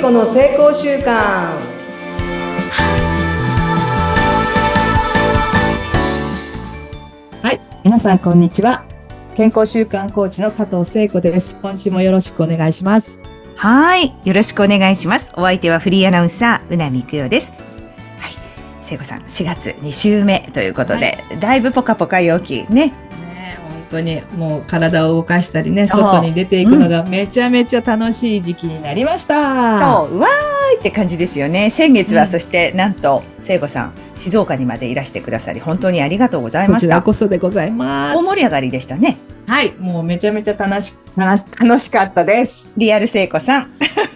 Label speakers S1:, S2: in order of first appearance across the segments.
S1: 子の成功習慣
S2: はい、皆さんこんにちは。健康習慣コーチの加藤聖子です。今週もよろしくお願いします。
S3: はい。よろしくお願いします。お相手はフリーアナウンサー、うなみくよです。はい。聖子さん、4月2週目ということで、だいぶポカポカ陽気ね。
S2: ね、本当にもう体を動かしたりね、外に出ていくのがめちゃめちゃ楽しい時期になりました。
S3: と、うわーいって感じですよね。先月
S2: う
S3: は、
S2: ん
S3: そして、なんと、聖子さん、静岡にまでいらしてくださり、本当にありがとうござい
S2: こ
S3: ま
S2: ち
S3: し
S2: ら
S3: た。
S2: こそでございます
S3: 大。盛り上がりでしたね。
S2: はい、もうめちゃめちゃ楽し楽し楽しかったです。
S3: リアル聖子さん。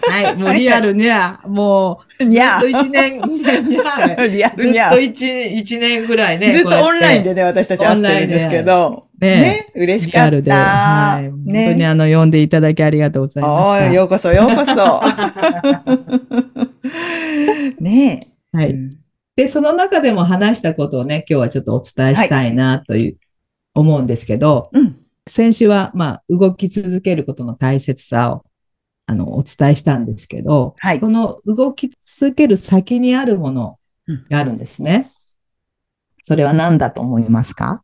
S2: はい、もうリアルね、もう、
S3: にゃ
S2: ずっと一年、にゃ
S3: リア
S2: ず
S3: ルに
S2: っ
S3: ゃ
S2: と。一一年ぐらいね。
S3: ずっとオンライン
S2: こ
S3: でね、私たち会ってるんですけど。
S2: うやって。ね
S3: ね、嬉し
S2: リ
S3: か
S2: ア
S3: っ
S2: ルで、
S3: た。
S2: はい、本当にあの、読んでいただきありがとうございまし
S3: お
S2: た。
S3: ーようこそ、よう こそ。ね
S2: は
S3: え。
S2: い。
S3: うん
S2: で、その中でも話したことをね、今日はちょっとお伝えしたいなという、思うんですけど、
S3: うん。
S2: 先週は、まあ、動き続けることの大切さを、あの、お伝えしたんですけど、
S3: はい
S2: こ。の動き続ける先にあるものがあるんですね。それは何だと思いますか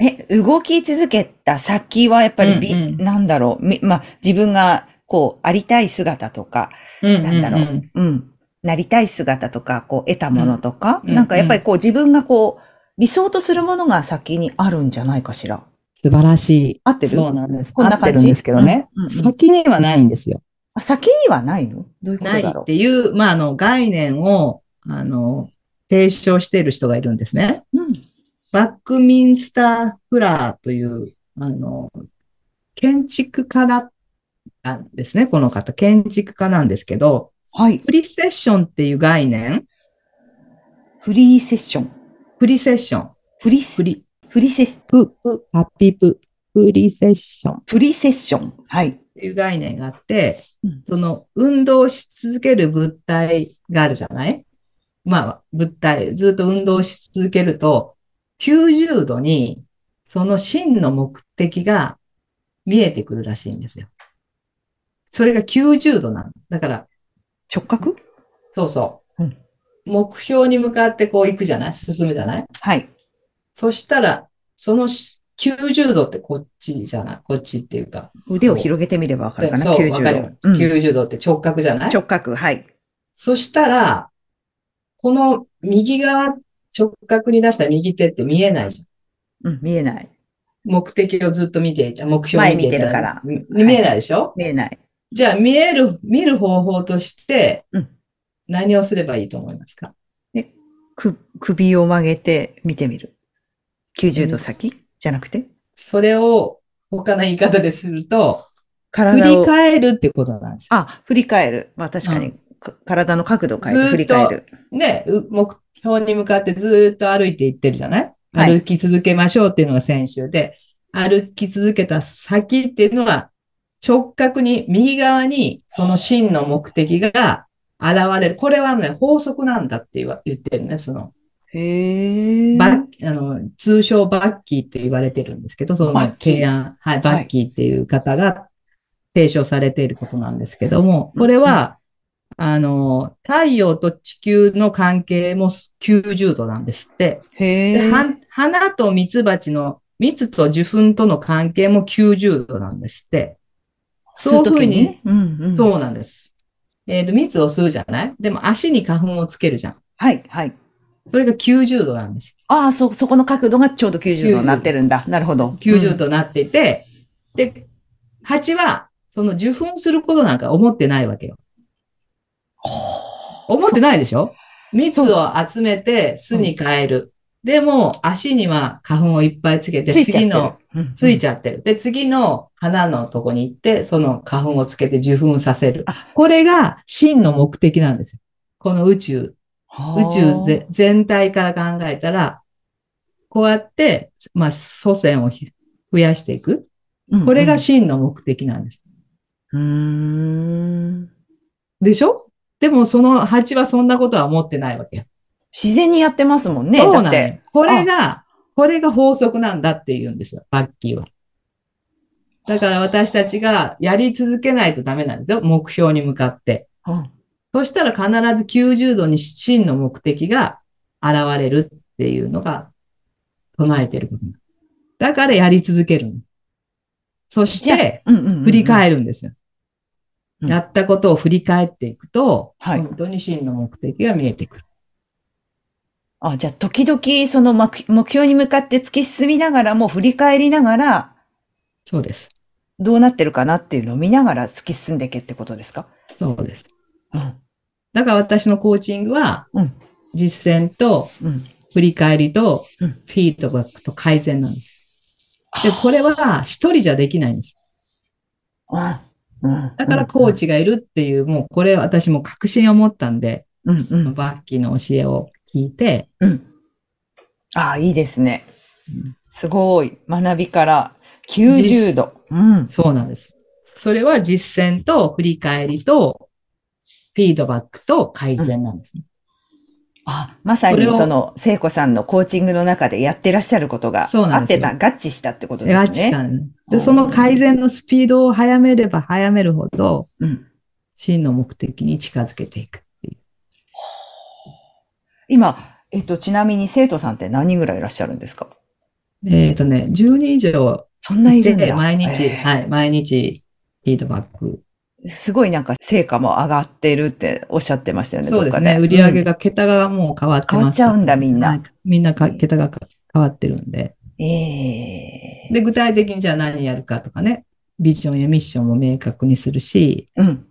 S3: え、動き続けた先はやっぱりび、
S2: うんうん
S3: なんだろう。みまあ、自分が、こう、ありたい姿とか、
S2: うん
S3: なんだろう。うん。なりたい姿とか、こう、得たものとか、
S2: うん
S3: なんかやっぱりこう、自分がこう、理想とするものが先にあるんじゃないかしら。
S2: 素晴らしい。
S3: 合ってる
S2: そうなんです。
S3: こんな
S2: 合って
S3: 感じ
S2: るんですけどね、
S3: うんうんうん
S2: 先にはないんですよ。
S3: あ先にはないのどういうこと
S2: ない
S3: だろ
S2: っていう、まあ、あの、概念を、あの、提唱している人がいるんですね。
S3: う。うん。
S2: バックミンスター・フラーという、あの、建築家だったんですね、この方。建築家なんですけど、
S3: はい。
S2: プリセッションっていう概念、
S3: フリーセッション。
S2: プリセッション、
S3: フリス
S2: プリ、
S3: フリーセッション。
S2: プ、プ、ハッピープ、プリセッションっ
S3: フリーセッション。はい。
S2: ていう概念があって
S3: うん、
S2: その、運動し続ける物体があるじゃないまあ、物体、ずっと運動し続けると、90度に、その真の目的が見えてくるらしいんですよ。それが90度なの。だから、
S3: 直角
S2: そうそう。
S3: うん
S2: 目標に向かってこう行くじゃない進むじゃない
S3: はい。
S2: そしたら、そのし90度ってこっちじゃないこっちっていうか。
S3: 腕を広げてみればわかるかな、
S2: そう、わかる
S3: 90度。うん
S2: 90度って直角じゃない
S3: 直角、はい。
S2: そしたら、この右側直角に出した右手って見えないじゃん。
S3: うん、見えない。
S2: 目的をずっと見ていた、目標を見ていた
S3: 前
S2: 見見えないでしょ、
S3: 見えない。
S2: じゃあ見える、見る方法として
S3: うん、
S2: 何をすればいいと思いますか、
S3: く、首を曲げて見てみる。90度先じゃなくて
S2: それを他の言い方ですると、振
S3: 体
S2: り
S3: を。
S2: 返るってことなんですよ。
S3: あ、振り返る。まあ確かに、か体の角度を変え
S2: ずー
S3: て
S2: っと
S3: 振り返る。
S2: ね、う目標に向かってずっと歩いていってるじゃない
S3: はい
S2: 歩き続けましょうっていうのが先週で、歩き続けた先っていうのは、直角に、右側に、その真の目的が現れる。これはね、法則なんだって言わ言ってるね、その。
S3: へえ。
S2: バッあの通称バッキーって言われてるんですけど、その
S3: バッキー
S2: 提案、はい、
S3: はい
S2: バッキーっていう方が提唱されていることなんですけども、これは、あの、太陽と地球の関係も90度なんですって。
S3: へ
S2: で、
S3: え。
S2: は花と蜜蜂の、蜜と受粉との関係も90度なんですって。そういうふうに、
S3: 吸時うんうん。
S2: そうなんです。えっ、と、蜜を吸うじゃないでも足に花粉をつけるじゃん。
S3: はい、はい。
S2: それが90度なんです。
S3: ああ、そ、そこの角度がちょうど90度になってるんだ。なるほど。
S2: 90となっていて、で、蜂は、その受粉することなんか思ってないわけよ。思ってないでしょ蜜を集めて巣に変える。でも、足には花粉をいっぱいつけ
S3: うん。
S2: て、
S3: ついちゃって
S2: 次
S3: る
S2: の、。
S3: うん
S2: ついちゃってる。で、次の花のとこに行って、その花粉をつけて受粉させる
S3: あ。
S2: これが真の目的なんですよ。この宇宙宇宙ぜ。全体から考えたら、こうやって、まあ、祖先をひ増やしていく。
S3: はあ
S2: これが、真の目的なんです。
S3: うん。うーん
S2: でしょでもその蜂はそんなことは思ってないわけよ。
S3: 自然にやってますもんね。
S2: そう
S3: だ
S2: な
S3: っ
S2: の
S3: て
S2: よ。これが、これが法則なんだって言うんですよ、バッキーは。だから私たちがやり続けないとダメなんですよ、目標に向かって。
S3: うん
S2: そしたら必ず90度に真の目的が現れるっていうのが唱えてることなのだからやり続けるの。そし
S3: じ
S2: て、
S3: うんうんうんうん
S2: 振り返るんですよ。
S3: うん
S2: やったことを振り返っていくと、
S3: はい
S2: 本当に真の目的が見えてくる。
S3: あ、じゃあ、時々、その目目標に向かって突き進みながらも、振り返りながら、
S2: そうです。
S3: どうなってるかなっていうのを見ながら突き進んでいけってことですか
S2: そうです。
S3: うん。
S2: だから私のコーチングは、
S3: うん。
S2: 実践と
S3: うん。
S2: 振り返りとフ
S3: うん
S2: ィードバックと改善なんです
S3: あ
S2: よ。で、これは一人じゃできないんです。
S3: うん。うん。
S2: だからコーチがいるっていう、もうこれ私も確信を持ったんで、
S3: うん。うん。うん。
S2: バッキーの教えを聞いて、
S3: うん。ああ、いいですね
S2: うん。
S3: すごい。学びから90度。うん。
S2: そうなんです。それは実践と振り返りとフィードバックと改善なんですね。
S3: あ、まさに
S2: それを
S3: その、聖子さんのコーチングの中でやってらっしゃることが
S2: そうな
S3: 合
S2: ん
S3: っ
S2: です
S3: て
S2: よ
S3: た、合致したってことですね。
S2: ラッチさん
S3: う
S2: で、
S3: ん
S2: その改善のスピードを早めれば早めるほど、
S3: うん。
S2: 真の目的に近づけていくっていう。
S3: 今、えっと、ちなみに生徒さんって何人ぐらいいらっしゃるんですか
S2: えっ、とね、10人以上
S3: そんないるん
S2: で
S3: だ。
S2: 毎日、
S3: えー
S2: はい、毎日フィードバック。
S3: すごいなんか成果も上がってるっておっしゃってましたよね。
S2: そうです
S3: どっ
S2: ね。
S3: か
S2: 売り上げ。が、桁がもう変わってますから。
S3: 変わっちゃうんだみんな
S2: はいみんなか桁がか変わってるんで。
S3: うんええ
S2: で、具体的にじゃあ何やるかとかね、ビジョンやミッションも明確にするし、
S3: うん。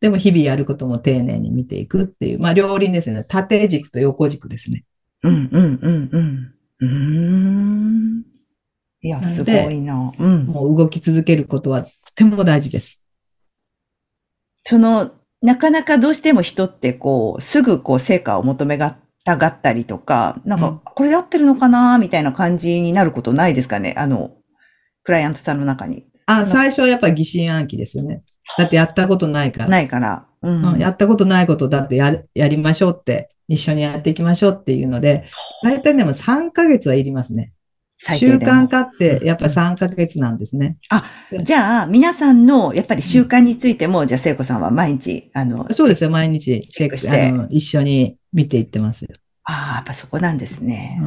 S2: でも日々やることも丁寧に見ていくっていう、まあ両輪ですよね。縦軸と横軸ですね。
S3: うん、うん、うん、うん。うーん。いや、
S2: な
S3: す
S2: ん
S3: ご
S2: で
S3: いな。うん。
S2: もう動き続けることはとても大事です。
S3: その、なかなかどうしても人ってこう、すぐこう成果を求めがたがったりとか、なん
S2: うん
S3: か、これで合ってるのかなみたいな感じになることないですかねあの、クライアントさんの中に。
S2: あ、最初はやっぱり疑心暗鬼ですよね。だってやったことないから。
S3: ないから。う
S2: うん
S3: ん。
S2: やったことないことだってややりましょうって、一緒にやっていきましょうっていうので、大体でも3ヶ月はいりますね。
S3: 最
S2: 習
S3: 低でも
S2: 慣化ってやっぱ3ヶ月なんですね。
S3: じゃあ、皆さんの、やっぱり習慣についても、じゃあ、聖子さんは毎日、あの、
S2: そうですよ、毎日チェック
S3: チ
S2: し
S3: ェックして
S2: て、あの一緒に見ていってますよ。
S3: ああ、やっぱそこなんですね。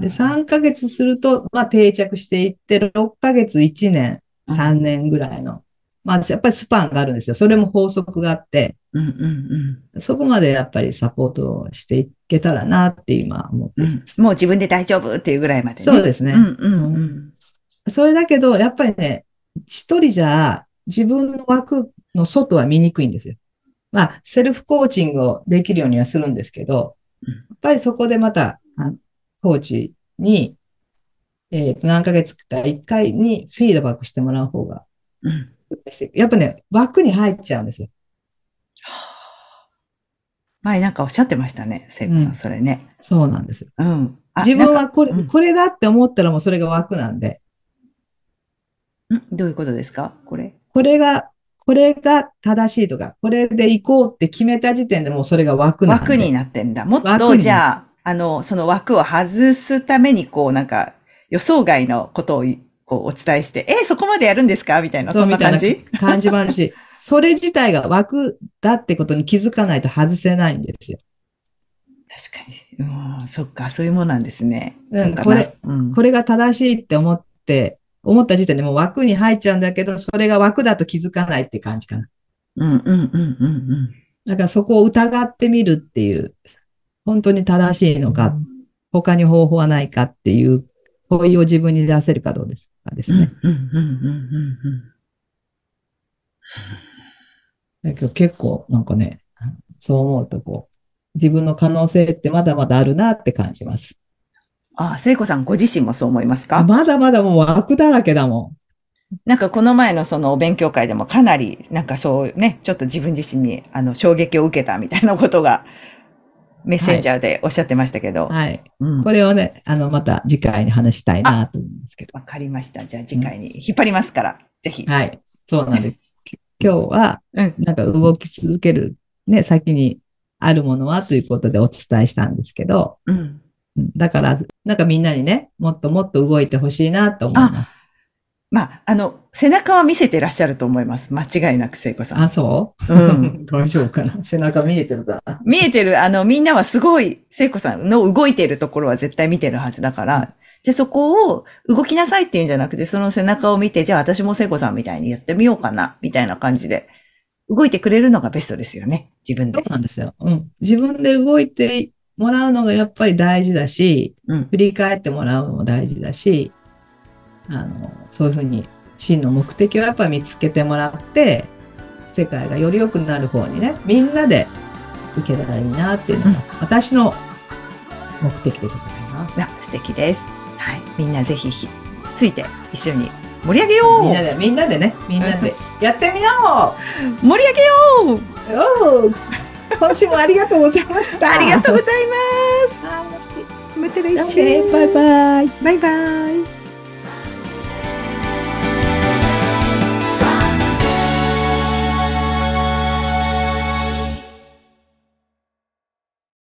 S2: で、3ヶ月すると、まあ、定着していって、6ヶ月、1年、
S3: うん
S2: 3年ぐらいの、まあ、やっぱりスパンがあるんですよ。それも法則があって、
S3: うんうん
S2: そこまでやっぱりサポートをしていけたらなって今思って
S3: うん。う
S2: ま
S3: ん
S2: す。
S3: もう自分で大丈夫っていうぐらいまでね。
S2: そうですね。
S3: うんうんうん。
S2: それだけど、やっぱりね、一人じゃ自分の枠の外は見にくいんですよ。まあ、セルフコーチングをできるようにはするんですけど、
S3: うん
S2: やっぱりそこでまた、あコーチに、えーと何ヶ月か1回にフィードバックしてもらう方が、
S3: うん
S2: やっぱね、枠に入っちゃうんですよ。
S3: 前なんかおっしゃってましたね、聖子さ、
S2: うんん
S3: それね。
S2: そうなんですよ。
S3: うん。あ
S2: 自分はこれ、
S3: なんかうん
S2: これだって思ったらもうそれが枠なんで、
S3: なんかんどういうことですかこれ。
S2: これが、これが正しいとか、これで行こうって決めた時点でもうそれが枠なんで。
S3: 枠になってんだ。もっ
S2: 枠
S3: と、
S2: に
S3: じゃあ、あの、その枠を外すために、こう、なんか、予想外のことをい、こう、お伝えして、え、そこまでやるんですかみたいな、
S2: そう
S3: そんな感
S2: み
S3: じ
S2: 感じもあるし、 それ自体が枠だってことに気づかないと外せないんですよ。
S3: 確かに。うん、そっか、そういうもんなんですね。
S2: うん
S3: そうかな
S2: これ、
S3: うん
S2: これが正しいって思って、思った時点でもう枠に入っちゃうんだけど、それが枠だと気づかないって感じかな。
S3: うんうんうんうんうん。
S2: だからそこを疑ってみるっていう、本当に正しいのか、他に方法はないかっていう問いを自分に出せるかどうですかですね。
S3: うんうんうんうんうん。
S2: だけど結構なんかね、そう思うとこう、自分の可能性ってまだまだあるなって感じます。
S3: あ、聖子さんご自身もそう思います
S2: あ
S3: か
S2: まだまだもう枠だらけだもん。
S3: なんかこの前のそのお勉強会でもかなり、なんかそうね、ちょっと自分自身にあの衝撃を受けたみたいなことがメッセンジャーでおっしゃってましたけど。
S2: はい。
S3: うん
S2: これをね、あの、また次回に話したいなと思うんですけど。
S3: わかりました。じゃあ次回に引っ張りますから、ぜひ。
S2: はい。そうなんです。 き今日は、
S3: うん。
S2: なんか動き続ける、ね、先にあるものはということでお伝えしたんですけど、
S3: うん。
S2: うんだから、なんかみんなにね、もっともっと動いてほしいなと思います。
S3: まあ、あの、背中は見せてらっしゃると思います。間違いなく、聖子さん。
S2: あ、そうう、
S3: ん。
S2: 大丈夫かな 背中見えてるかな
S3: 見えてる、あの、みんなはすごい、聖子さんの動いてるところは絶対見てるはずだから、じゃあそこを動きなさいっていうんじゃなくて、その背中を見て、じゃあ私も聖子さんみたいにやってみようかな、みたいな感じで、動いてくれるのがベストですよね、自分
S2: そ
S3: で
S2: う。なんですよ。うん。自分で動いてもらうのがやっぱり大事だし、
S3: うん。
S2: 振り返ってもらうのも大事だし、あの、そういうふうに真の目的をやっぱり見つけてもらって、世界がより良くなる方にね、みんなでいけたらいいなっていうのが、私の目的でございます。
S3: あ、素敵です。はい。みんなぜひひ、ついて一緒に盛り上げよう
S2: みんなで、みんなでね、みんなでやってみよ
S3: 盛り上げよう
S2: うおう今週もありがとうございました。
S3: ありがとう
S2: う
S3: ございますまた来
S2: ござい
S3: 週
S2: ます。バイバイ。
S3: バイバイ